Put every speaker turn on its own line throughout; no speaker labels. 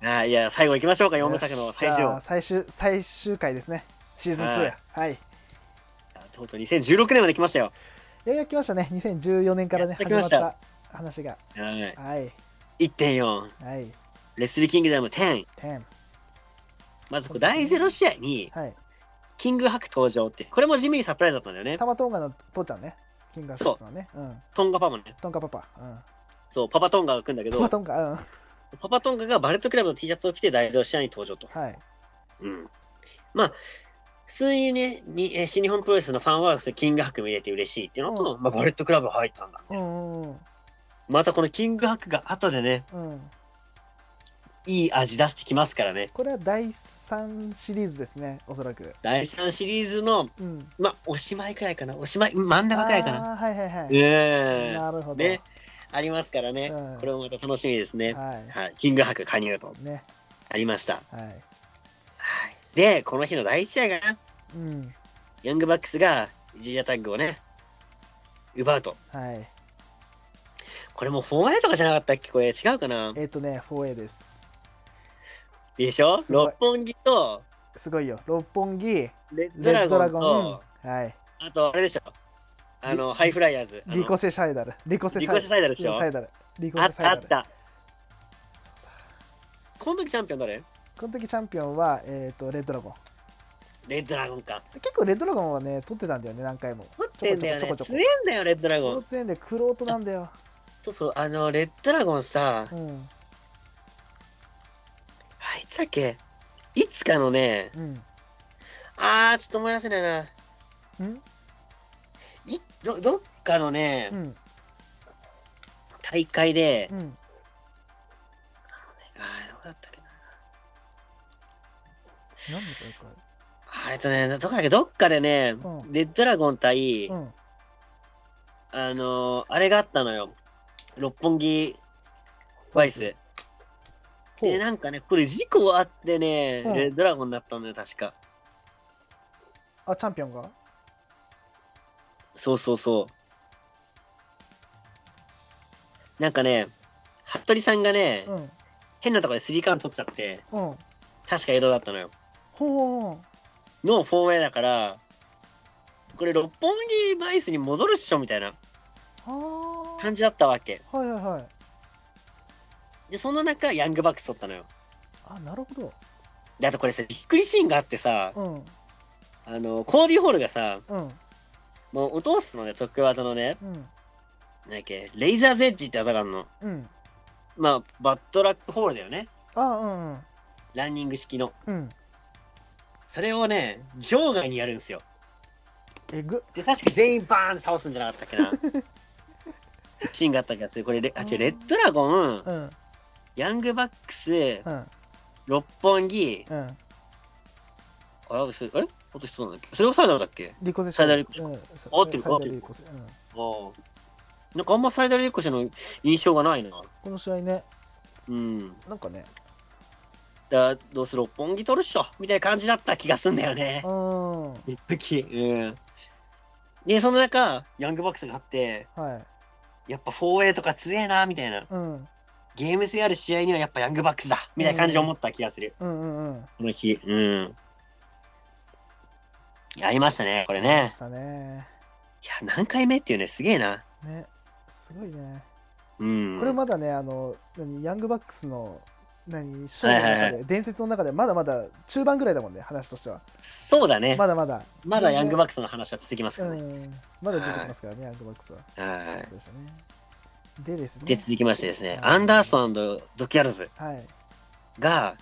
あいや、最後行きましょうか、4部作の最終
じゃあ最終最終回ですねシーズン2やはい、い、
とうとう2016年まで来ましたよ。
やいや来ましたね2014年からね
やっと
始
来
ま
ま
っ
した
た話が
はい
はい
1.4、
はい
レスリーキングダム10。
10
まずこう第0試合に、
はい
キングハク登場って、これも地味にサプライズだったんだよね
タ。マトンガの父ちゃんねキングアスカツのねうん
トンガパパもね。
トンカパパうん
そう、パパトンガが来るんだけ
ト
ど
マ、トンガうん
パパトンガがバレットクラブの T シャツを着て第0試合に登場と。
はい
うん。まあ、普通にね、にえー新日本プロレスのファンワークスでキングハク見れて嬉しいっていうのと、
う
まあ、バレットクラブ入ったんだ。
うんうん
またこのキングハクが後でね、
うんうん
いい味出してきますからね。
これは第3シリーズですねおそらく
第3シリーズの、
うん
まあ、おしまいくらいかな。おしまい、真ん
あ
中くらいかな。
ーはいはいはい
ええ
なるほど
ね。ありますからね
うん。
これもまた楽しみですね。
は
はい。キングハク加入と
いね
ありました。
はい
はい。で、この日の第一試合がな、
うん
ヤングバックスがジージャータッグをね、奪うと。
はい
これもうフォーマイとかじゃなかったっけこれ違うかな
えっとね 4A です
でしょ
すごい
六本木と
すごいよ六本木
レッドド
レッ
ラ
ドド
ゴ
ラ
ン
ゴ
と
ン、はい、
あとあれでしょあのハイフライヤーズあの
リコセシャイダル、リコセシ
リコセサイダルでしょ
サイダル、リコ
あ
セ
っ
サイダ
たあ
ル。
ったこの時チャンピオン誰
この時チャンピオンは、えっ、と、レッドラゴン。
レッドドラゴンか
結構レッドラゴンはね、取ってたんだよね、何回も。
持ってんだよ
ちょ
ね
こちょこちょこちょこ
強えんだよレッドドラゴン
突然で、クロートなんだよ。
そうそうあのレッドドラゴンさ
うん、
あいつだっけいつかのね
うん。
あーちょっと思い出せないな
うん、
いどどっかのね
うん、
大会で
うん。
あれどこだったっけな
何でこ
あれとねどこだっけどっかでね
うん
レッドドラゴン対
れうん。
あのー、あれがあったのよ。六本木ワイス。
ほ
で、
う
なんかね、これ事故あってね、
うん
レッドラゴンだったんだよ、確か。
あ、チャンピオンが
そうそうそう。なんかね、服部さんがね、
うん、うん。
変なところでスリーカウント取っちゃって、
ほう
確か江戸だったのよ。
ほうほ
のフォーウェイだから、これ六本木ワイスに戻るっしょみたいな
う。は
感じだったわけ。
あ。はいはいはい。
で、その中、ヤングバックス取ったのよ。
あ、なるほど。
で、あとこれさ、びっくりシーンがあってさ、
うん、
あの、コーディホールがさ、
うん、
もうお父さんのね、得意技のね、
うん、
なんだっけ、レイザーゼッジって技があるの。
うん。
まあ、バッドラックホールだよね。
あ、うん、うん。
ランニング式の。
うん。
それをね、場外にやるんですよ。
えぐ。
で、確か全員バーンって倒すんじゃなかったっけ な。シーンがあった気がする。これレ、あ、違う、レッドラゴン、
うん、
ヤングバックス、
うん、
六本木、
うん。
あれ、それあれあと一つなんだっけそれがサイダルだっけ
リコセ
サイダルリコ
うん、
合ってる
サイダルリコセうん。
ああ。なんかあんまサイダルエコシの印象がないな。
この試合ね、
うん。
なんかね、
だどうする六本木取るっしょみたいな感じだった気がすんだよね
う。ん、は
一匹。うん。で、その中、ヤングバックスがあって、
い、
やっぱ 4A とか強えな、みたいな。
うん、
ゲーム性ある試合にはやっぱヤングバックスだ、みたいな感じで思った気がする。
うん、うん、うん。
この日。うん。やりましたね、これ
で
ね
し。たね。
いや、何回目っていうね、すげえな。
ね、すごいね。
うん。
これまだね、あの、何、ヤングバックスの、何、ショーの
はいは
中
いは
で、伝説の中で、まだまだ中盤ぐらいだもんね、話としては。
そうだね。
まだまだ。
まだヤングバックスの話は続きます
う
からね。
ん、まだ出てきますからね、ヤングバックスは。
は
そうでしたね。でです
い。で、
ね。
続きましてですね、アンダーソンドキャロズ
はい、
が、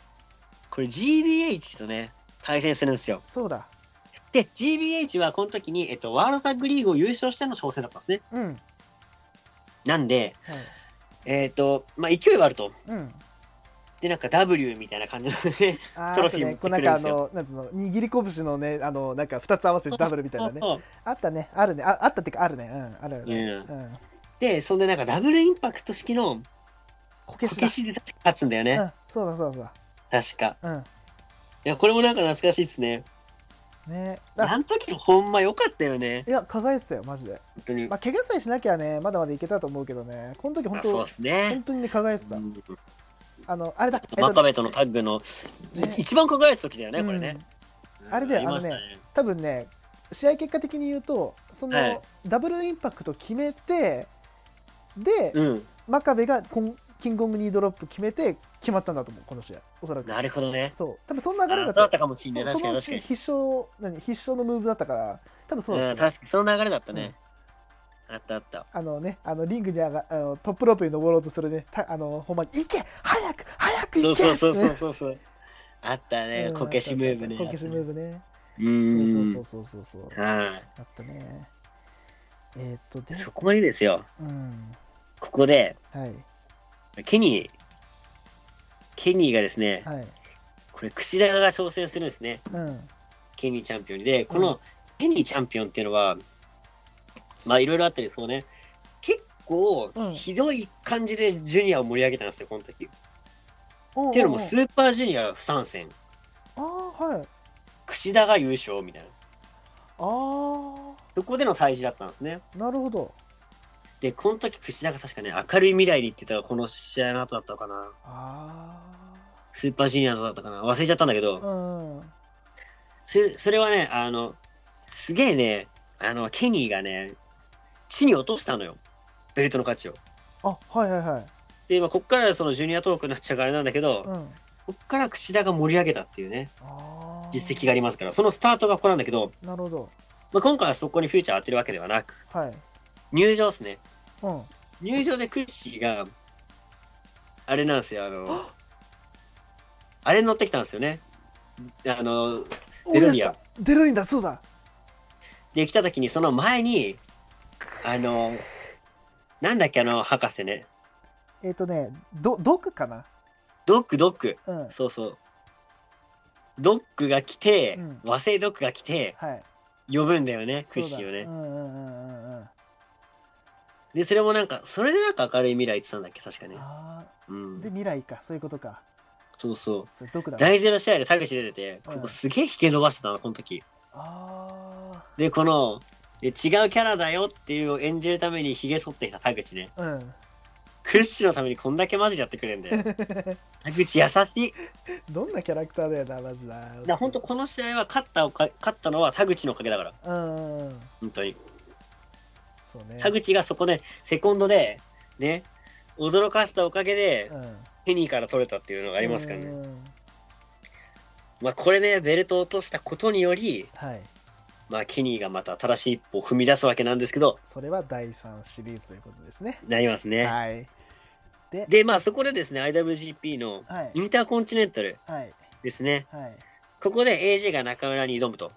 これ GBH とね、対戦するんですよ。
そうだ。
で、GBH はこの時に、えっと、ワールドタッグリーグを優勝しての挑戦だったんですね。
うん、
なんで、
はい、
えっ、と、まあ、勢いはあると。
うん。
で、なんか W みたいな感じなの で、
あ
ト
ー
ロフィー
あと
持
ね、
って
こう
く
な
れ
ん
るん
かあ
ですよ
の、なんつうの、握り拳のね、あの、なんか二つ合わせてダブルみたいな
そ
ね。
うそう
あったね、あるね、ああったってか、あるね、うん、あるある。
う
うん。
で、そんでなんかダブルインパクト式の
こけ
こ
し
け
だ。
しで確か勝つんだよね。
うん、そうだそうだそう
確か。
だ。
いや、これもなんか懐かしいですね。
うん。ね
あ
あ
の時もほんま良かったよね。
いや、輝いてたよ、マジで。
本当に。
まあ、怪我さえしなきゃね、まだまだいけたと思うけどね、この時本
あそう
当
で、す
本
ね。
当にね、輝いてた。
う
うんあの、あれだ、えっ
真
と
壁とのタッグの、
ね
一番輝いた時だよね、これね。
うんあれだよ
うんりました
あの多分ね、試合結果的に言うと、その、
はい
ダブルインパクト決めて、で、
うん。
真壁がコンキングコングニードロップ決めて決まったんだと思う、この試合、おそらく。
なるほどね。
そう、多分そんな流れ
あ
だっ
そうだ
た
ったかもしれない。確
そそ
かに
の
確か
し
に。
必勝何必勝のムーブだったから多分そうだ
う
っ
ん、
たね、
確かにその流れだったね。あったあった。
あのねあのリングに上があのトップロープに登ろうとするねたあのほんまに「行け早く早く
そ
行
う
け!」
そうそう
って
そ
ね
うそうそう。あったね
う、ん
こけしムーブね。
こけしムーブね
う。
そうんそうそうそうそうそう
は
あったねえーっと
い。
で
そこまでですよ。
うん
ここで、
はい
ケニー。ケニーがですね、
はい
これ、櫛田が挑戦するんですね。
うん
ケニーチャンピオンにで、こ
う
のケニーチャンピオンっていうのは、まあ、いろいろあったり、そうね、結構
うん、
ひどい感じでジュニアを盛り上げたんですよ、この時。
お
っていうのも、
おお
スーパージュニア不参戦、
あーはい
櫛田が優勝みたいな、
あ
そこでの対峙だったんですね。
ーなるほど
で、この時、櫛田が確かね、明るい未来にって言ったら、この試合の後だったのかな。
あ
スーパージュニアの後だったかな。忘れちゃったんだけ
ー
ど、
うん
そそれはね、あの、すげえね、あの、ケニーがね、地に落としたのよ。ベルトの価値を。
あはいはいはい
で、まあ、こっからそのジュニアトークになっちゃうからあれなんだけど、
う
こ
ん
っから櫛田が盛り上げたっていうね、
あー
実績がありますから、そのスタートがここなんだけど、
なるほど
まあ、今回はそこにフューチャー当てるわけではなく、
はい
入場ですね。
うん
入場でクッシーが、あれなんですよ、あの、あれ乗ってきたんですよね。あの、デルニア
思い出したデルニアだそうだ
できた時にその前に、あの、なんだっけ、あの、博士ね。
えっ、とねど毒かな
ドックドック。
うんはい
そうそう。ドックが来て、
うん
和製ドックが来て、呼ぶんだよね、クッシーをね。
そうだうんうんうんうんうん
で、それもなんか、それでなんか明るい未来言ってたんだっけ、確かね。
あ
う
ーで
ん。
未来かそういうことか
そうそう。
それ毒だ
第ゼロ試合で田口出てて、
うん
ここすげえ引け伸ばしてたの、この時。
あ
で、この、で違うキャラだよっていうのを演じるためにひげ剃ってきた田口ね。
あうん
クッシーのためにこんだけマジでやってくれんだよ。田口優しい。
どんなキャラクターだよなマジだ
だから本当この試合は勝ったおか勝ったのは田口のおかげだから。
うんうんうん
本当に。
そうね
田口がそこで、セコンドで、ね、驚かせたおかげで
う、ん
ヘニーから取れたっていうのがありますから
う
ね。
んうん
まあこれね、ベルトを落としたことにより、
はい
まあ、ケニーがまた新しい一歩を踏み出すわけなんですけど、
それは第三シリーズということですね
なりますね。
はいで
で、まあ、そこでですね、IWGP の
はい
インターコンチネンタル
はい
ですね。
はい
ここで AJ が中村に挑むと。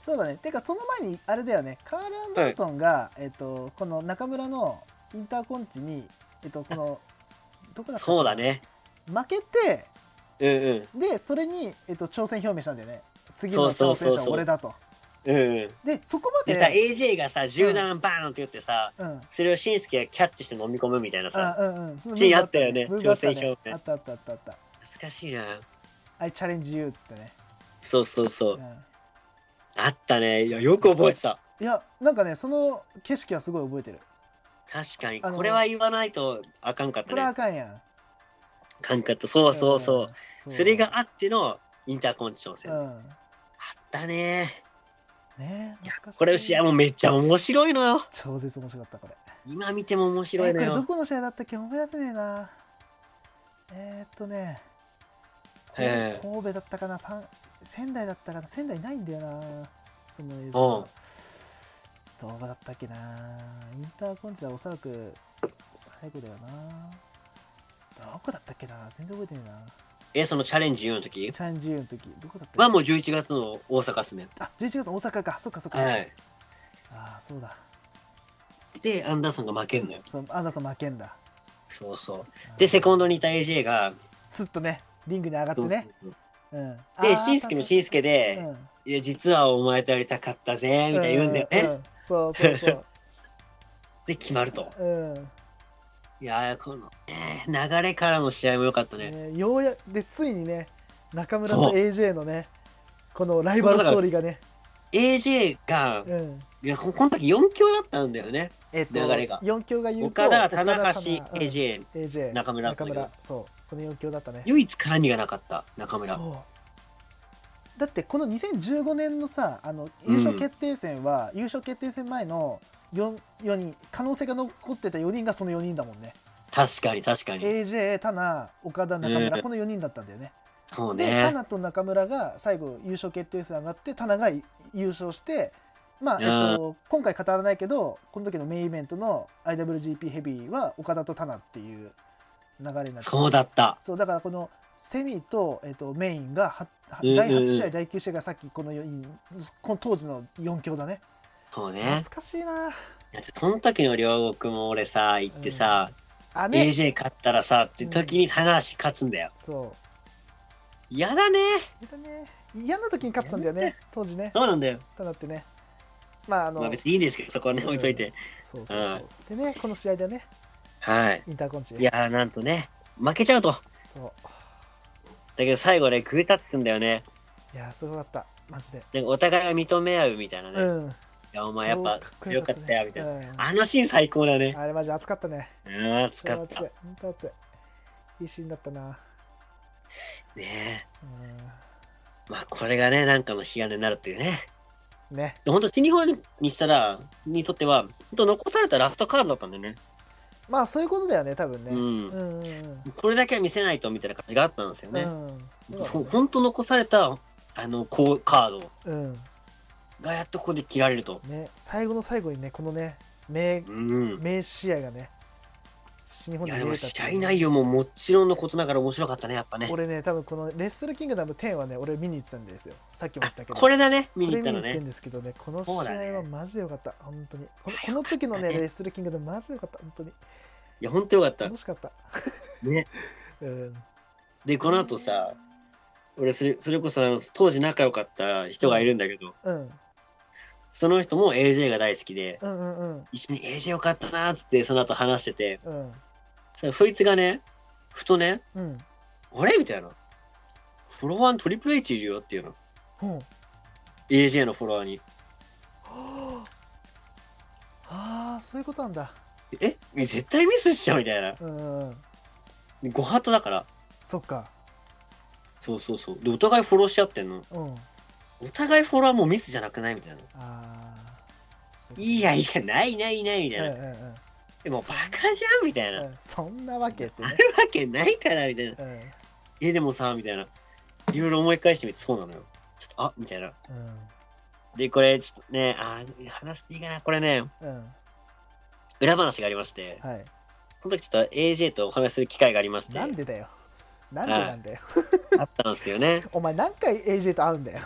そうだね。てかその前にあれだよね。カール・アンダーソンが、えっ、とこの中村のインターコンチにえっ、とこ のどこだったかな
そうだ。ね。
負けて
うんうん。
でそれにえっ、と挑戦表明したんだよね。次
そ
の
うそ
挑
うそう
戦
そう
者は俺だと。
うんうん。
でそこま
でさ、
で。
AJ がさ、銃弾バーンって言ってさ、
うん。
それをシンスケがキャッチして飲み込むみたいな
あ
さ、
うんうん。その
シーンあったよね
ムーブあった
挑戦表明
あったあったあったあった。
難しいな。
あいチャレンジユーっつってね。
そうそうそうう。
ん
あったね。いやよく覚えてた。
いやなんかねその景色はすごい覚えてる。
確かに、
あの
これは言わないとあかんかっ
こ
た
れはあ
ね。
かんやん。
かんかった。そうそうそ
ん
う。。それがあってのインターコンチ挑
う
戦。あっ
ん。
たね。
ね懐かしい
これ試合もめっちゃ面白いのよ。
超絶面白かったこれ。
今見ても面
え
白い
ーこ
の
れど
よ。
この試合だったっけ思い出せねえなえー、っとね、こう
ええ
神戸だったかなさん仙台だったかな仙台ないんだよなその映像が動画だったっけなインターコンチはおそらく最後だよなどこだったっけな全然覚えてねえな
え、そのチャレンジ4の時
チャレンジユーの時どこだったっけ
はもう11月の大阪っすね。
あ11月大阪かそっかそっか、
はい。
ああそうだ
で、アンダーソンが負けんのよ。
そうアンダーソン負けんだ
そうそう。で、セコンドにいた AJ が、
スッとねリングに上がって
そうそう
ね
そう
うん
で、シンスケもシンスケ
ケ
で、いや、実はお前とやりたかったぜ、みたいな言うんだよ
う
ね。
んそうそうそう。
で、決まると。
うん
いやー、この、ね流れからの試合も良かったね。
ね、ようやでついにね中村
そ
と
う
AJ のねこのライバルストーリーがね、
AJ が、
うん、
いや、ここの時4強だったんだよね。
えっと
流れが
4強が言うと
岡田、棚橋、
田中
AJ。
うん AJ
中村
中村そうこの4強だったね
唯一絡みがなかった中村
そうだってこの2015年のさあの優勝決定戦は、優勝決定戦前の 4, 4人可能性が残ってた4人がその4人だもんね
確かに確かに、
AJ タナ岡田中村、
うん
この4人だったんだよね
そう
でタ
ね
ナと中村が最後優勝決定戦上がってタナが優勝してまあ、
うん
えっと、今回語らないけどこの時のメインイベントの IWGP ヘビーは岡田とタナっていう流れになって
そうだった
そうだからこのセミと,、えっとメインがはは
うんうんうん
第8試合第9試合がさっきこの4人この当時の4強だね
そうね
懐かしい
だ
な
ってその時の両国も俺さ行ってさ、
あね
AJ 勝ったらさって時に棚橋勝つんだよ
そう
嫌だね
いたね嫌な時に勝ってたんだよね当時ね
そうなんだよ
ただってねまああの、
まあ別にいいんですけどそこはね
うん
置いといて
そうそうそう、でねこの試合でね
はい
インターコンチ
いやーなんとね負けちゃうとだ
そう
けど最後ねグータッチすんだよね
いやすごかったマジで、
なんかお互いが認め合うみたいなね、
う
い
ん
やお前やっぱ
超こ
強
よ
かったよみたいな、
ねうん
あのシーン最高だね
あれマジ熱かったね
うん熱かっ
熱
た
い本当熱いいいシーンだったな
ねえ
う
まあこれがねなんかの引き金になるっていうね
んね
ほんと新日本にしたらにとってはほんと残されたラストカードだったんだよね
まあそういうことだよね多分ね、
うん
うんうん
これだけは見せないとみたいな感じがあったんですよ
う
ね、
ん
そう本当残されたあのこうカード
うん
がやっとここで切られると。
ね最後の最後にねこのね名
うん。
名試合がね新日本
い
で
やで
見れ
も
たっ
試
て
合
いうね
内容ももちろんのことながら面白かったねやっぱね。
俺ね多分この「レッスルキングダム10」はね俺見に行ってたんですよさっきも言ったけど
これだね
こ
見に
れ
行った
見
の
に行って
ね
ん。ですけどねこの試合
そうだね
はマジでよかった本当にこの
いや
この時のね
よかったね
レッスルキングダムマジでよかった本当に
いや本当よかった
楽。しかった
ね。
うん
でこの後さ俺それそれこそあの当時仲良かった人がいるんだけど
うん
その人も AJ が大好きで
うんうんうん
一緒に AJ よかったなーっつってその後話してて
うん
そそいつがねふとね
うん
あれみたいなフォロワーにトリプル H いるよっていうの
ほう
AJ のフォロワーに
はああーそういうことなんだ
え絶対ミスしちゃうみたいな
うんうんうん
でご法度だから
そっか
そうそうそうでお互いフォローし合ってんの
うん
お互いフォロワーもうミスじゃなくないみたいな
ああ
いやいやないないないみたいな、
うんうんうん
でもバカじゃんみたいな、
うんそんなわけって
あ
ね
るわけないからみたいな
うん
えでもさみたいないろいろ思い返してみてそうなのよちょっとあみたいな
うん
でこれちょっとねあー話していいかなこれね
うん
裏話がありまして
はい
この時ちょっと AJ とお話しする機会がありまして
なんでだよなんでなんだよ
あったんですよね
お前何回 AJ と会うんだよ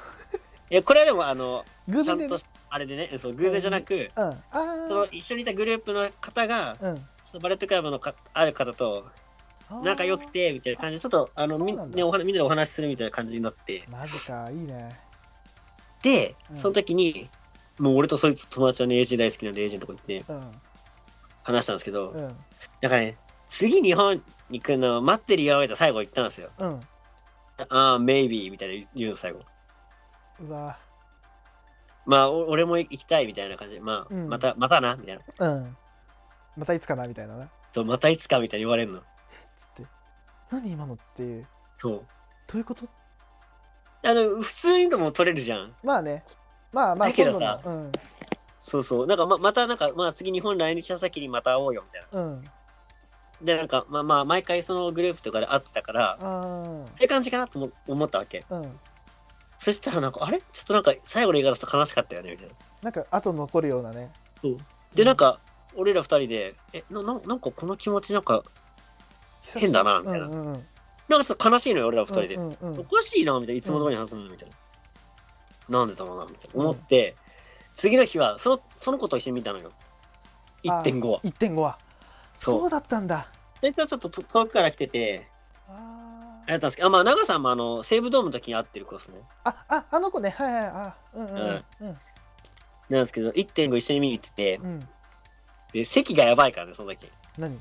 いやこれはでもあの
偶
ちゃ
然で
ん
ね
とあれでねそう偶然じゃなく
うんああ
その一緒にいたグループの方が
うん
ちょっとバレットクラブのかある方と
あー
仲良くてみたいな感じでちょっとあのみ
そうなんだ
ねお話みんなでお話しするみたいな感じになって
マジかいいね
で
うん
その時に、もう俺とそいつ友達はね AJ 大好きなんで AJ のとこ行って
うん
話したんですけど、
うん
だからね次日本に来るの待ってるよみたいな最後言ったんですよ
うん
ああメイビーみたいな言うの最後
うわ
まあお俺も行きたいみたいな感じでまあ、
うん
またまたなみたいな
うんまたいつかなみたいなな
そうまたいつかみたいに言われるの
つって何今のっていう
そう
どういうこと
あの普通にでも取れるじゃん
まあねまあまあ
だけどさ
今度の
そうそうなんかままたなんかまあ次日本来日した先にまた会おうよみたいな
うんうん
でなんかまあまあ毎回そのグループとかで会ってたから
あ
そういう感じかなと思思ったわけ
あうん
そしたらなんかあれちょっとなんか最後の映画だと悲しかったよねみたいな
なんか後残るようなね
そうでなんか俺ら二人でえなななんかこの気持ちなんか
久しぶり
変だなみたいな
うんうんうん
なんかちょっと悲しいのよ俺ら二人で、
うんうんう
お
ん
かしいなみたいないつも通りに話すのにみたいな、なんでだろうなみたいな思って、次の日はそのその子と一緒に見たのよ1.5は
1.5は
そう
そうだったんだ
そいつはちょっとと遠くから来てて
あ
あ
ー
れだったんですけどあまあ長さんもあの西武ドームの時に会ってる子ですね
あああの子ねはいはいあうんうんうん
なんですけど1.5一緒に見に行ってて
うんうん
で席がやばいからねその時
何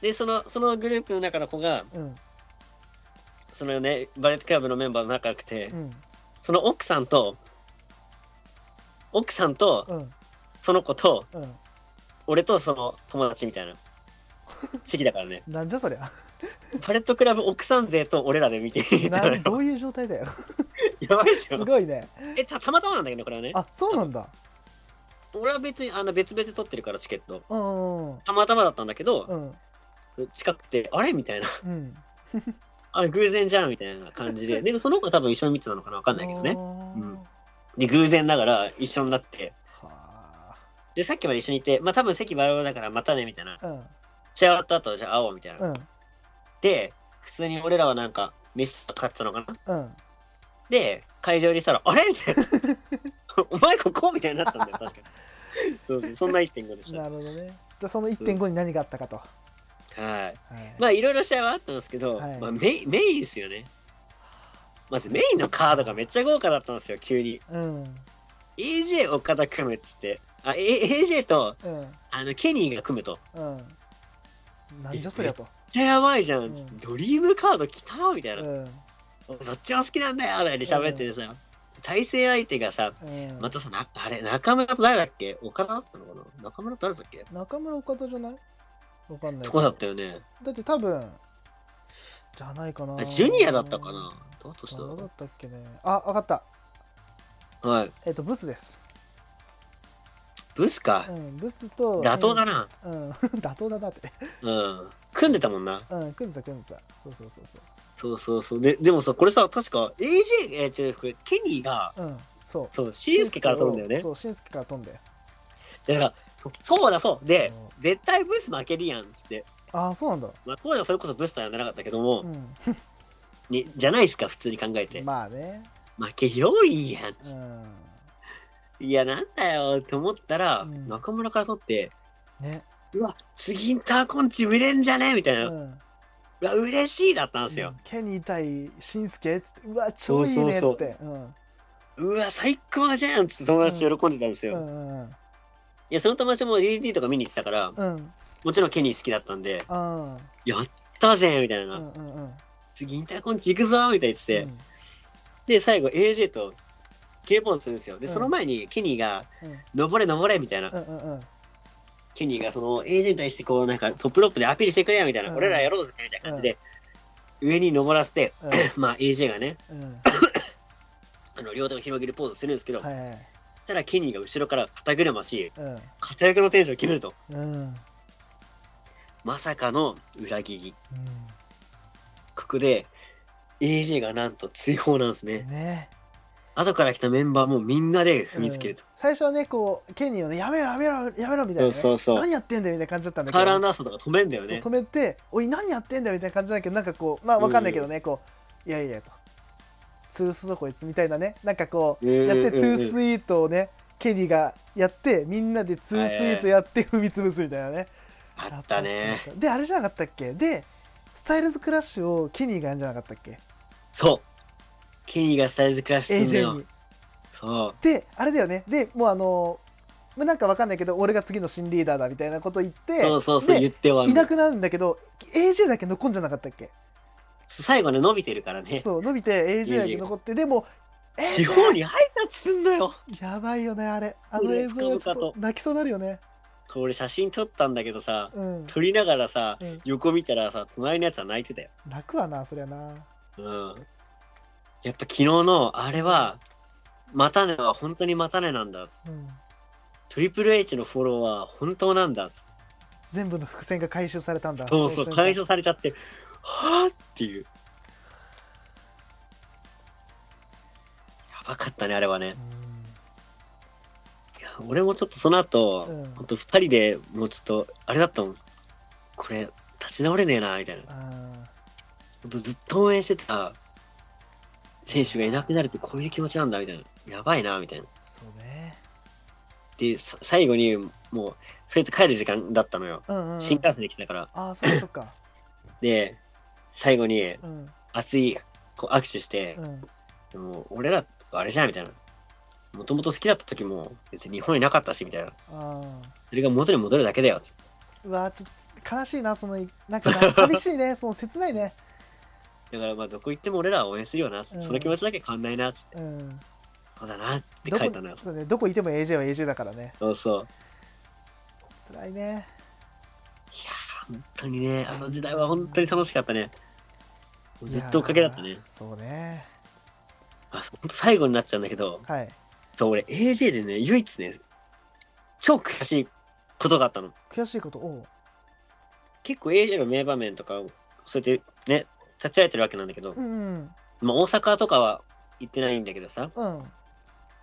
でそのそのグループの中の子が
うん
そのねバレットクラブのメンバーの仲良くて、
うん
その奥さんと奥さんと
うん
その子と
うん
俺とその友達みたいな席だからね。
なんじゃそりゃ
パレットクラブ奥さん勢と俺らで見ていた
な
ら
ん、どういう状態だよ
やばいっし
す
ょ。
ごいね
え、たたまたまなんだけどね、これはね。
あそうなんだ
俺は別に、あの、別々で取ってるから、チケット。
うんうん
たまたまだったんだけ
う
ど、
ん
近くて、あれみたいな。
うん
あれ、偶然じゃんみたいな感 じで。でも、その子は多分一緒に見てたのかなわかんないけど
あ
ね。
ー
うんで、偶然ながら一緒になって。
は
で、さっきまで一緒にいて、まあ多分席バラバラだからまたね、みたいな。
あうん
試合終わった後、じゃあ会おう、みたいな。
うん
で、普通に俺らはなんか、飯とか買ってたのかな
うん
で、会場入りしたら、あれみ たいな。お前ここみたいになったんだよ、確かに。そうそう、そんな1.5でし
なるほどねでその1.5に何があったかと、は
た。はい。
い
まあ、いろいろ試合はあったんですけど、
はい
まあ、メイン、メインですよね。まずメインのカードがめっちゃ豪華だったんですよ、急に。
うん、
AJ 岡田組むっつって、あ、A、AJ と
うん、
あのケニーが組むと。
うん。なんじゃそりゃと。
めっちゃやばいじゃんっつって、
うん
ドリームカード来たみたいうな、
ん。
そっちも好きなんだよとかで喋っててさ、対戦相手がさ
うん。
またさなあれ中村と誰だっけ岡田だったのかな中村と誰だっけ
中村岡田じゃないわかんない。
とこだったよね
だって多分、じゃないかな
あ。ジュニアだったかなだとした
どうだ
ら
ったっけね。あ、わかった。
はい
えっ、と、ブスです。
ブスか
うん、ブスと。
妥当だな
うん、 妥当だなって。
うん組んでたもんな
うん、くんざくんざ。そうそうそう
そうそうそうででもさこれさ確か AJ えー違うこれケニーが
そう。うん、そう。
そうシンスケから飛ぶんだよね
そう、しんすけから飛んで。
だからそそうだそうで
そう
絶対ブス負けるやんっつって
ああ、そうなんだ。
まあ当時はそれこそブスとは呼んでなかったけども、
う
にじゃないですか普通に考えて
ん。まあね。
負け広いやん。
うん。
いや、なんだよって思ったら、
うん
中村から取って、
ね。。
うわ、次インターコンチ見れんじゃねみたいうな、うんわ、嬉しいだったんですよ。
ケニー対シンスケっつってうわ超いいねっつ
そうそ
っ
う
てうん
うわ、最高じゃんっつって友達と喜んでたんです
う
よ。い
んうん
や、その友達も DDT とか見に行ってたから、
うん
もちろんケニー好きだったんで、
うん
やったぜみたいな、
うんうんうん
次インターコンチ行くぞみたいな言ってて、で、最後 AJ と K ポンするんですよ。で、
うん
その前にケニーが、
うん
登れ登れみたいな
う。んうんうん
ケニーがその AJ に対してこうなんかトップロープでアピールしてくれやみたいな、
うん
俺らやろうぜみたいな感じで、上に登らせて、
うん
まあ AJ がね
うん
あの両手を広げるポーズするんですけど、
はいはい
そしたらケニーが後ろから肩車し
うん
肩役のテンションを決めると
うん
まさかの裏切り
う
ここで AJ がなんと追放なんですね
んね
後から来たメンバーもみんなで踏みつけると
うん、最初はねこうケニーをねやめろやめろやめろみたいなね
そうそうそう
何やってんだよみたいな感じだったんだけ
カー
ど
ラーナースとか止めんだよ
そう
ね
止めておい何やってんだよみたいな感じだけどなんかこうまあわかんないけどねこういやいやと潰すぞこいつみたいなねなんかこう
うんうん
や
う
っ
ん
てトゥースイートをねケニーがやってみんなでツースイートやって踏み潰すみたいなね
あった
や
ね
ったであれじゃなかったっけでスタイルズクラッシュをケニーがやんじゃなかったっけ
そうケニーがスタイルズクラッシュするの
AJ
よ
に
そう
であれだよねでもうあのまあなんかわかんないけど俺が次の新リーダーだみたいなこと言って
そうそうそう言
で
ってはい
なくなるんだけど AJ だけ残んじゃなかったっけ
最後ね伸びてるからね
そう伸びて AJ だけ残ってでも
地方に挨拶すんのよ
やばいよねあれあ
う
の
ん
映像はちょっと泣きそうになるよね
これ写真撮ったんだけどさ
うん、
撮りながらさ
うん、
横見たらさ隣のやつは泣いてたよ
泣くわなそりゃな
うんやっぱ昨日のあれはまたねは本当にまたねなんだ
うん
トリプル H のフォロワーは本当なんだ
全部の伏線が回収されたんだ
そうそう
の瞬間
解消されちゃってはあっていうやばかったねあれはねいや俺もちょっとその後、
うん
ほんと2人でもうちょっとあれだったもんこれ立ち直れねえなみたいな
うんあ
ほんとずっと応援してた選手がいなくなるってこういう気持ちなんだみたいなやばいなみたいな
ーそうね
でさ最後にもうそいつ帰る時間だったのよ、
うんうん
新幹線で来てたから
ああそうかそうか
で最後に
うん
熱いこう握手して
う、ん
でも俺らあれじゃんみたいなもともと好きだった時も別に日本になかったしみたいな
あー
それが元に戻るだけだよつって
うわちょっと悲しいなそのなん かな寂しいねその切ないね
だからまあどこ行っても俺らは応援するよなっつって、
うん
その気持ちだけ変わんないなっつって
うん
そうだなって
ど
書
こ
いたのよ
そうねどこいても AJ は AJ だからね
そうそう
辛いね
いや本当にね、あの時代は本当に楽しかったね。もうずっとおかげだった
い
ね
やー。そうね
あ、そう本当最後になっちゃうんだけど、
はい
そう、俺 AJ でね、唯一ね、超悔しいことがあったの。
悔しいことおう
結構 AJ の名場面とかを、そうやってね、立ち会えてるわけなんだけど
う、ん
まあ大阪とかは行ってないんだけどさ、
うんうん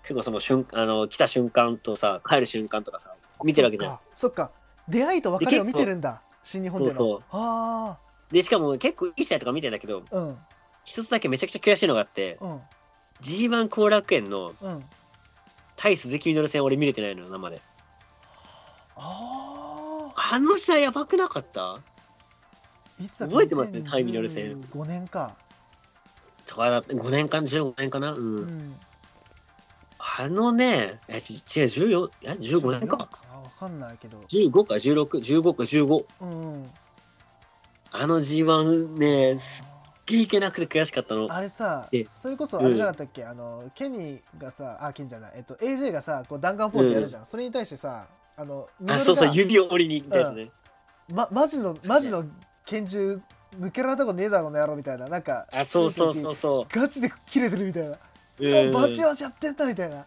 結構その瞬、あの、来た瞬間とさ、帰る瞬間とかさ、見てるわけじゃん。
そっかそっか出会いと別れを見てるんだ新日本での
そうそう
あ
で、しかも結構いい試合とか見てんだけど、
あうん
一つだけめちゃくちゃ悔しいのがあって、
うん
G1 後楽園の
うん
対鈴木みのる戦俺見れてないのよ生で
あ
あの試合やばくなかった
あいつだ
覚えてますねタイミノル戦
5年か
とかだって5年間15年かなうん、
うん
あのねえち違う14いや15年か
わかんないけど
15か1615か15
うんうん
あの G1 ねすっげえいけなくて悔しかったの
あれさ
え
それこそあれじゃなかったっけ、あのケニーがさあケニーじゃないえっと AJ がさこう弾丸ポーズやるじゃん、それに対してさあのミノ
あ
ル
そうそう
が
指を折りに行ったやつね、
まマジのマジの拳銃向けられたことねえだろうの野郎みたいななんか
あそうそうそうそ
ガチで切れてるみたいな、
う、うん、
バチバチやってんだみたいな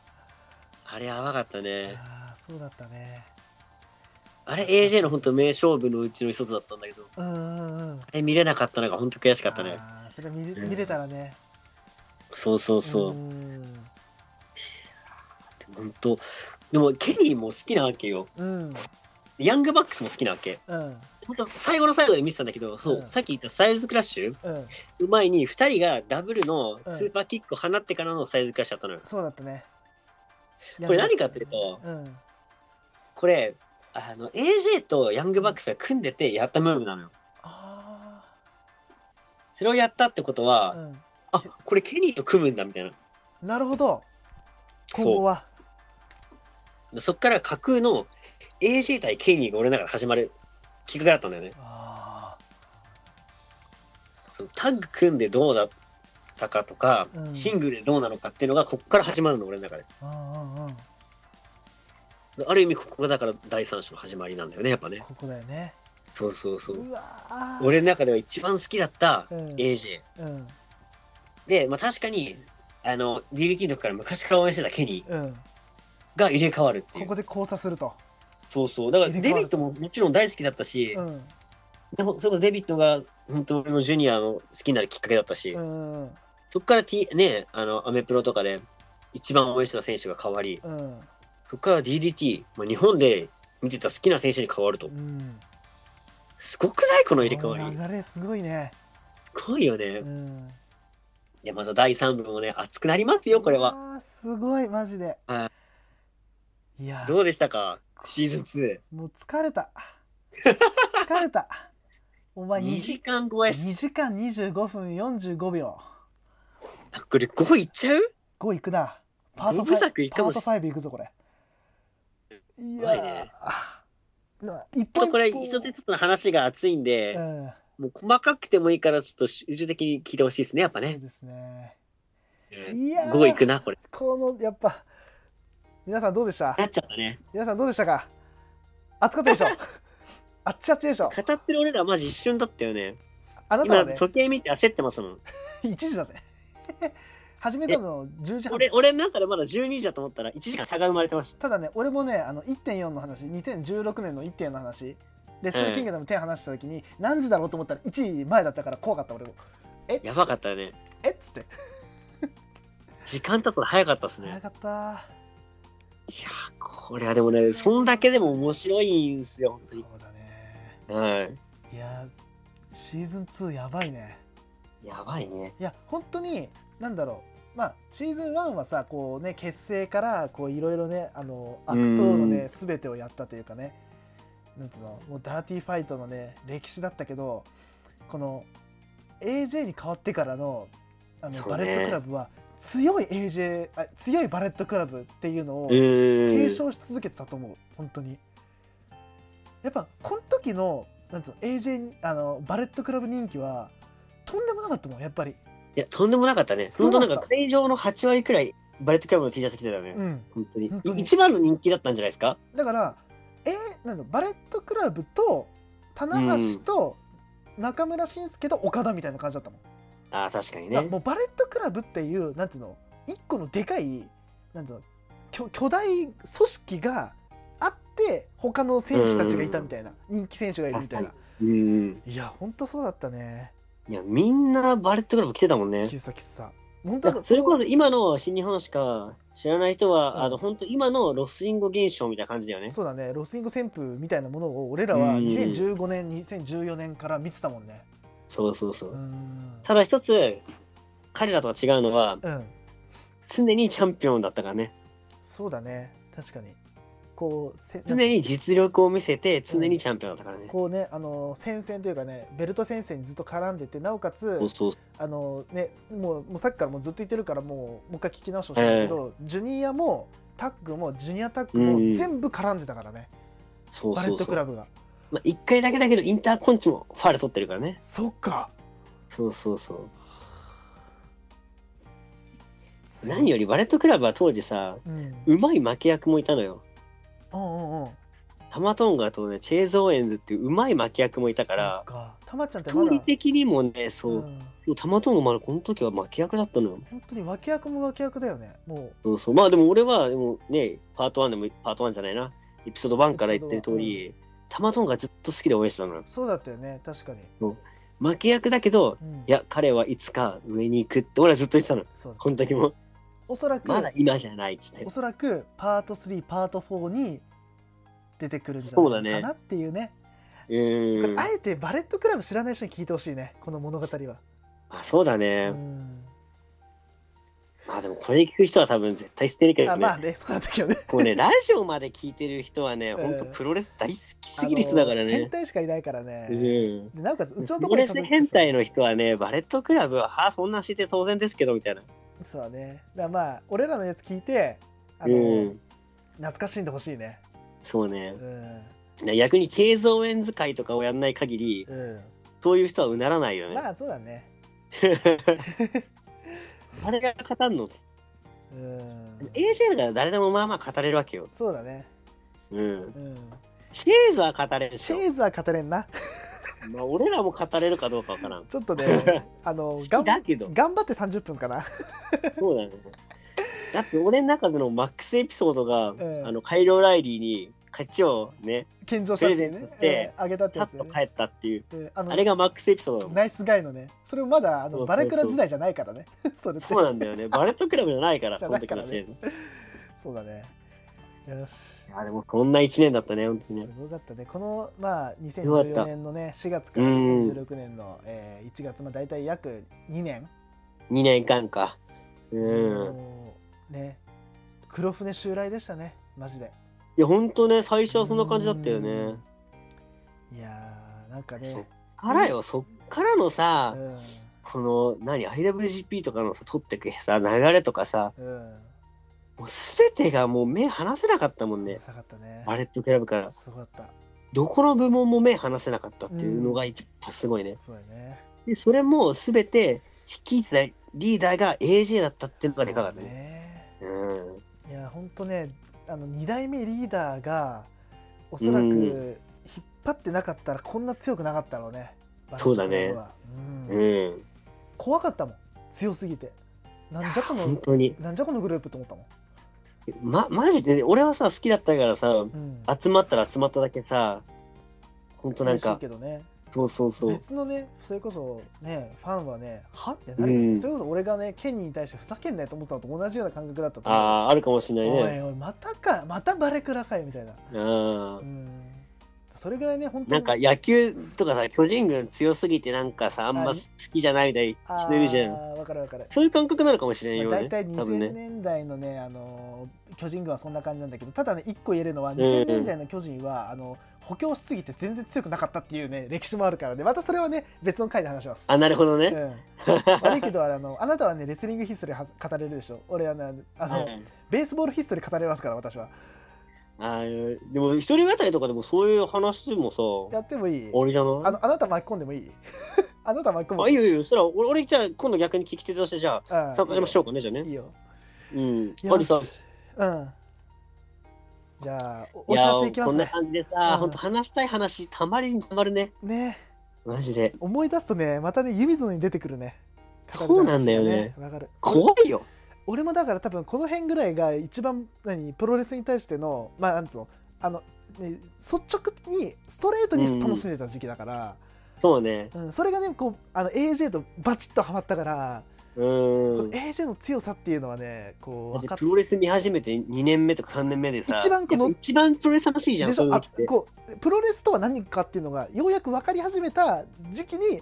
あれやばかったね
あーそうだったね
あれ AJ の本当名勝負のうちの一つだったんだけど
うんうんうん
あれ見れなかったのが本当悔しかったね
あーそれ見れ
うん
見れたらね、
そうそうそう、
ん
本当でもケニーも好きなわけよ
うん
ヤングバックスも好きなわけ
うん
本当最後の最後で見てたんだけどそう、
うん
さっき言ったサイズクラッシュ
うん
の前に2人がダブルのスーパーキックを放ってからのサイズクラッシュだったのよ、
そうだったね
これ何かっていうと
うん
これあの AJ とヤングバックスが組んでてやったムーブなのよ
あ
それをやったってこと
あ、
は、
うん、
あこれケニーと組むんだみたいな
なるほど今後
そ
は
うそっから架空の AJ 対ケニーが俺の中で始まるきっかけだったんだよね
あ
そうタッグ組んでどうだったかとか、
うん
シングルでどうなのかっていうのがここから始まるの俺の中で
あうんうんうん
ある意味ここがだから第三章の始まりなんだよねやっぱね
ここだよね
そうそうそう
うわー
俺の中では一番好きだった
うん
AJ、
うん
で、まあ、確かにあの DDT の時から昔から応援してたケニー
うん
が入れ替わるってい
こ
う
こで交差すると
そうそうだからデ
入れ替わ
ビ
る
ットももちろん大好きだったし、
うん
でもそれこそデビットが本当俺のジュニアの好きになるきっかけだったし、
うんうん
そこから、T ね、あのアメプロとかで一番応援してた選手が変わり
うん
そこから DDT、まあ、日本で見てた好きな選手に変わると
うん
すごくないこの入れ替
こ
わり
の流れすごいね
すごいよね
うん
いや、また第3部もね、熱くなりますよ、これは。
あーすごいマジで
はい
やー
どうでしたかシーズン2。
もう疲 れた疲れたお前
2
2
時
時
間超えっす。
2時間25分45秒
あこれ5いっちゃう
5いくなパー
五
ト
部作
5
いくか
パ
も
ー
し
ト5いくぞこれい
やばいねちょ
一
っと
本
これ
本
一つ一つの話が熱いんで
う、ん
もう細かくてもいいからちょっと集中的に聞いてほしいですね、やっぱ
そう
ね。
ですねいやー
5いくな、これ。
このやっぱ皆さんどうでした
なっちゃったね。
皆さんどうでしたか熱かったで しょあっちあっちでしょ
語ってる俺らマジ一瞬だったよね。
あなた
今
はね
時計見て焦ってますもん。
1時だぜ始めたの10時半
俺、俺の中でまだ12時だと思ったら1時間差が生まれてました。
ただね俺もねあの1.4の話2016年の1.4の話レッスルキングダム10話した時に、何時だろうと思ったら1位前だったから怖かった俺も
やばかったね。
えっつって
時間経つの早かったですね。い
早
や
かった
ー、これはでもね、そんだけでも面白いんすよ、本当
そう
に。
だね
はい。
いやシーズン2やばいね
やばいね。
いや本当に何だろうまあシーズン1はさこうね結成からこういろいろねあの悪党の
うん
ね全てをやったというかねなんていうのもうダーティーファイトのね歴史だったけどこの AJ に変わってからのあの
そうね
バレットクラブは強い AJ あ強いバレットクラブっていうのを提
提
唱し続けてたと思う本当にやっぱこの時のなんつうの AJ にあのバレットクラブ人気はとんでもなかったもんやっぱり
いや、とんでもなかったね。
そ
本
うだ
当
っ
な
た
んか会場の8割くらい、バレットクラブの T シャツ着てたね。
うん
本当に
本当に
い一番の人気だったんじゃないですか
だからえーなんだバレットクラブと棚橋と中村俊輔と岡田みたいな感じだったもん、
ああ、確かに
だから
ね。
もうバレットクラブっていうなんつうの一個のでかいなんつうの巨巨大組織があって他の選手たちがいたみたいな、人気選手がいるみたいな、
うん。
い、やほんとそうだったね
いや、みんなバレットクラブ来てたもんね。
喫茶喫茶本当
だ
だ
それこそ今の新日本しか知らない人は、
うん
あの本当今のロスインゴ現象みたいな感じだよね。
そうだねロスイング旋風みたいなものを俺らは
うん
2015年2014年から見てたもんね
そうそうそうう。
ん
ただ一つ彼らとは違うのは
うん
常にチャンピオンだったからね。
そうだね確かにこうせ
常に実力を見せて常にチャンピオンだったからね。
こうねあの戦線というかねベルト戦線にずっと絡んでてなおかつ
そうそう
あのねもうもうさっきからもうずっと言ってるからもうもう一回聞き直してほしいんだけど、ジュニアもタッグもジュニアタッグ
うん
も全部絡んでたからね、
そう
バレ
そ
ッ
うそ
ト
う。
クラブが
まあ一回だけだけどインターコンチもファール取ってるからね。
そっか
そうそうそう。何よりバレットクラブは当時さ、
うんうん
うまい負け役もいたのよ。
うんうん
タマトンガとね、チェーゾーエンズっていううまい負け役もいたか
そ
ら
っ、かたまちゃんってま
調
だ
理的にもね、そうう、
ん
そうたまともまだこの時は負け役だったのよ。
本当に脇役も脇役だよねも
そうそう。まあでも俺は、でもね、パート1でも、パート1じゃないな、エピソード1から言ってる通り、たまとんがずっと好きで応援してたのよ
う。そうだったよね確かに、
負け役だけど、
うん
いや、彼はいつか上に行くって、俺はずっと言ってたの。
そう
この時も。
おそらく、
まだ今じゃないっつって
お。そらくパート3パート4に出てくるんじゃないかなっていうね
うーん
これ。あえてバレットクラブ知らない人に聞いてほしいねこの物語は、
あ、そうだ
う
ね。
ん、
まあでもこれ聞く人は多分絶対知ってるけど
あ
ね。
まあねそうなんだけどね
こうね、ラジオまで聞いてる人はね、ほんと
うん
プロレス大好きすぎる人だから
あの変
ね。
態しかいないからね、
うん。
でなんかうちのと
プ
こ
ロ
ろ
レス変態の人はね、バレットクラブは、あそんなん知って当然ですけど、みたいな。
そうだねだからまあ俺らのやつ聞いてあ
う
の、
ん。
懐かしんでほしいね
そうね
う。ん、
逆にチェーズ・応援使いとかをやんない限り、
う
そういう人はうならないよ
ん、
ね。
まあそうだね
あれが語るの、
うん、
AJ だから誰でもまあまあ語れるわけよ。
そうだね
うん。
うん
チェーズは語れるでし
シ
ょ。
ェーズは語れんな
まあ、俺らも語れるかどうかわからん。
ちょっと ねあの
好
が
き
ん
だけど、
頑張って30分かな
そうだね。だって俺の中でのマックスエピソードが、
ん
あのカイロ・ライリーに勝ちをね、
献上したってい
プレ
う
ゼン
ね
トして
うんあげたって
さ
や
っ
つ
と
よね
帰ったっていう、
うんあの
あれがマックスエピソードだもん。
ナイスガイのねそれもまだあ
そうそうそ
の
う
バレクラ時代じゃないからね それって
そうなんだ よね。バレットクラブじゃないから、
じ
そ
ゃ
の
ない
時
から
の
ね
チェーズ。
そうだねよし
いや、でもこんな1年だったね、本
す
当にね。
ごかったねこのまあ
よか
2014
った
年のね4月から
うん
2016年の、えー、1月まあ大体約2年、
2年間か。うん。
もうね黒船襲来でしたねマジで
いや、ほんとね、最初はそんな感じだったよね。
いやーなんか
そっ
ね、
からよ、そっからの
う
さ、
ん
この、何、IWGP とかのさ、取ってくさ、流れとかさ、
うん、
もう全てがもう目離せなかったもんね。
下がったね
バレットクラブから。
すごかった
どこの部門も目離せなかったっていうのが一番すごいね。
そうだね
で、それも全て、引き継いだリーダーが AJ だったっていうのがでかかった
そう
ね。
ね
うん。
いや本当ねあの2代目リーダーがおそらく
うん
引っ張ってなかったらこんな強くなかったろうね
そうだね
バレットクラブはうん
うん。
怖かったもん強すぎてなんじゃこ
本
の
当に。
なんじゃこのグループと思ったも
ま、マジで、俺はさ、好きだったからさ、
ん、うん、
集まったら集まっただけさ、ほんとなん
嬉しい
か、
けどね
そうそうそう。
別のねそれこそねファンはねはってなるよ
う
ね
ん
それこそ俺がねケニーに対してふざけんなよと思ってたのと同じような感覚だったと
あ
思う
あ、あるかもしれない
おい
ね。
おいまたかまたバレクラかよみたいな、
うん
う。ん、それぐらいね本当
なん
に
か野球とかさ、巨人軍強すぎてなんかさ、あんま
あ
好きじゃないみたいな人いるじゃ
あ
ん。
ーわかるわかる
そういう感覚なのかもしれんよ
まあ、
ね。
大体
多分
2000
ね。
年代のねあのー巨人軍はそんな感じなんだけどただね1個言えるのは
ん
2000年代の巨人は、あの補強しすぎて全然強くなかったっていうね歴史もあるからねまたそれはね別の回で話します。
あ、なるほど
う
ね。
ん、悪いけどあのあなたはねレスリングヒストリーは語れるでしょ俺はねあの、
うん
ベースボールヒストリー語れますから私は
あーでも、一人語りとかでもそういう話も
や
さ、
ってもいい
俺じゃ
あ
な
のあなた巻き込んでもいい あなた巻き込む
いあ、いいよいいよ。そしたら、俺、俺じゃあ今度逆に聞き手としてじゃあ、
うん
参加しましょうかね、じゃあね
い。いよ
うん。
よ
ハリさん、
うんじゃあお
い
お知
や
らせいきま
こ
す
んな
ね
感じでさ、
うん
ほんと話したい話、たまりにたまるね。
ね
マジで。
思い出すとねまたね湯水のに出てくるね
そうなんだよね
語りたい話がわかる
怖いよ。
俺もだから多分この辺ぐらいが一番何プロレスに対してのまあなんつうのあの、ね、率直にストレートに楽しんでた時期だから、
そうね。
うんそれがねこうあの AJ とバチッとはまったから、
うー
この
ん。
AJ の強さっていうのはねこう分かっ
プロレス見始めて2年目とか3年目でさ、
一番この
やっぱ一番プロレス楽しいじゃん、
でし
そういう
ょあ
時って。
こうプロレスとは何かっていうのがようやく分かり始めた時期に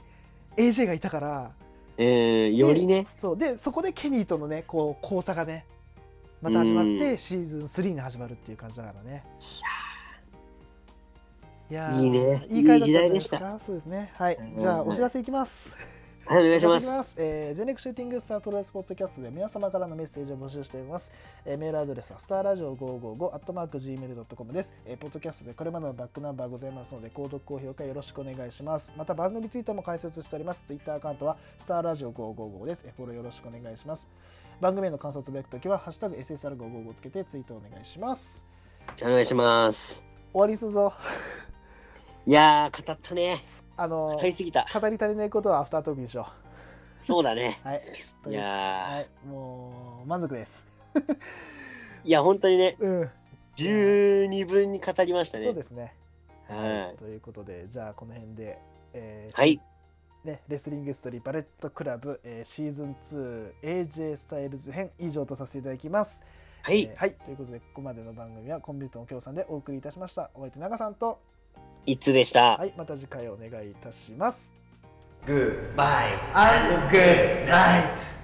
AJ がいたから
えー、よりね。
そうでそこでケニーとのねこう交差がねまた始まっ
う
てシーズン3に始まるっていう感じだからねいやー
いいね
いい回だったんじゃな
いい時代
い
で
で
し
す
た
かそうですねはい
うん
じゃあお知らせいきます
はい、お願いしま
お知
す。
らせいきます、えー、全力シューティングスタープロレスポッドキャストで皆様からのメッセージを募集しています、えー、メールアドレスはスターラジオ555アットマーク Gmail.com です、えー、ポッドキャストでこれまでのバックナンバーございますので購読高評価よろしくお願いしますまた番組ツイートも開設しておりますツイッターアカウントはスターラジオ555です、えー、フォローよろしくお願いします番組への感想をつぶやくときは「ハッシュタグ #SSR555」をつけてツイートお願いします
お願いします。
終わりするぞ
いやー、語ったね。
あの
語り
ー
すぎた。
語り足りないことはアフタートークにしよ
そうだね。
うはいと
いう
は
や
いもう満足です
ー、いや、本当にね、
うん
十二分に語りましたね。
そうですね。
はい
ということで、じゃあこの辺で、えー
はい。
ね、レスリングストーリーバレットクラブ、えーシーズン 2AJ スタイルズ編以上とさせていただきます。
はい、
えーはい、ということで、ここまでの番組はコンビニとの協賛でお送りいたしました。お相手、長さんと、
一通でした。
はい、また次回お願いいたします。
グッバイ。
And good night!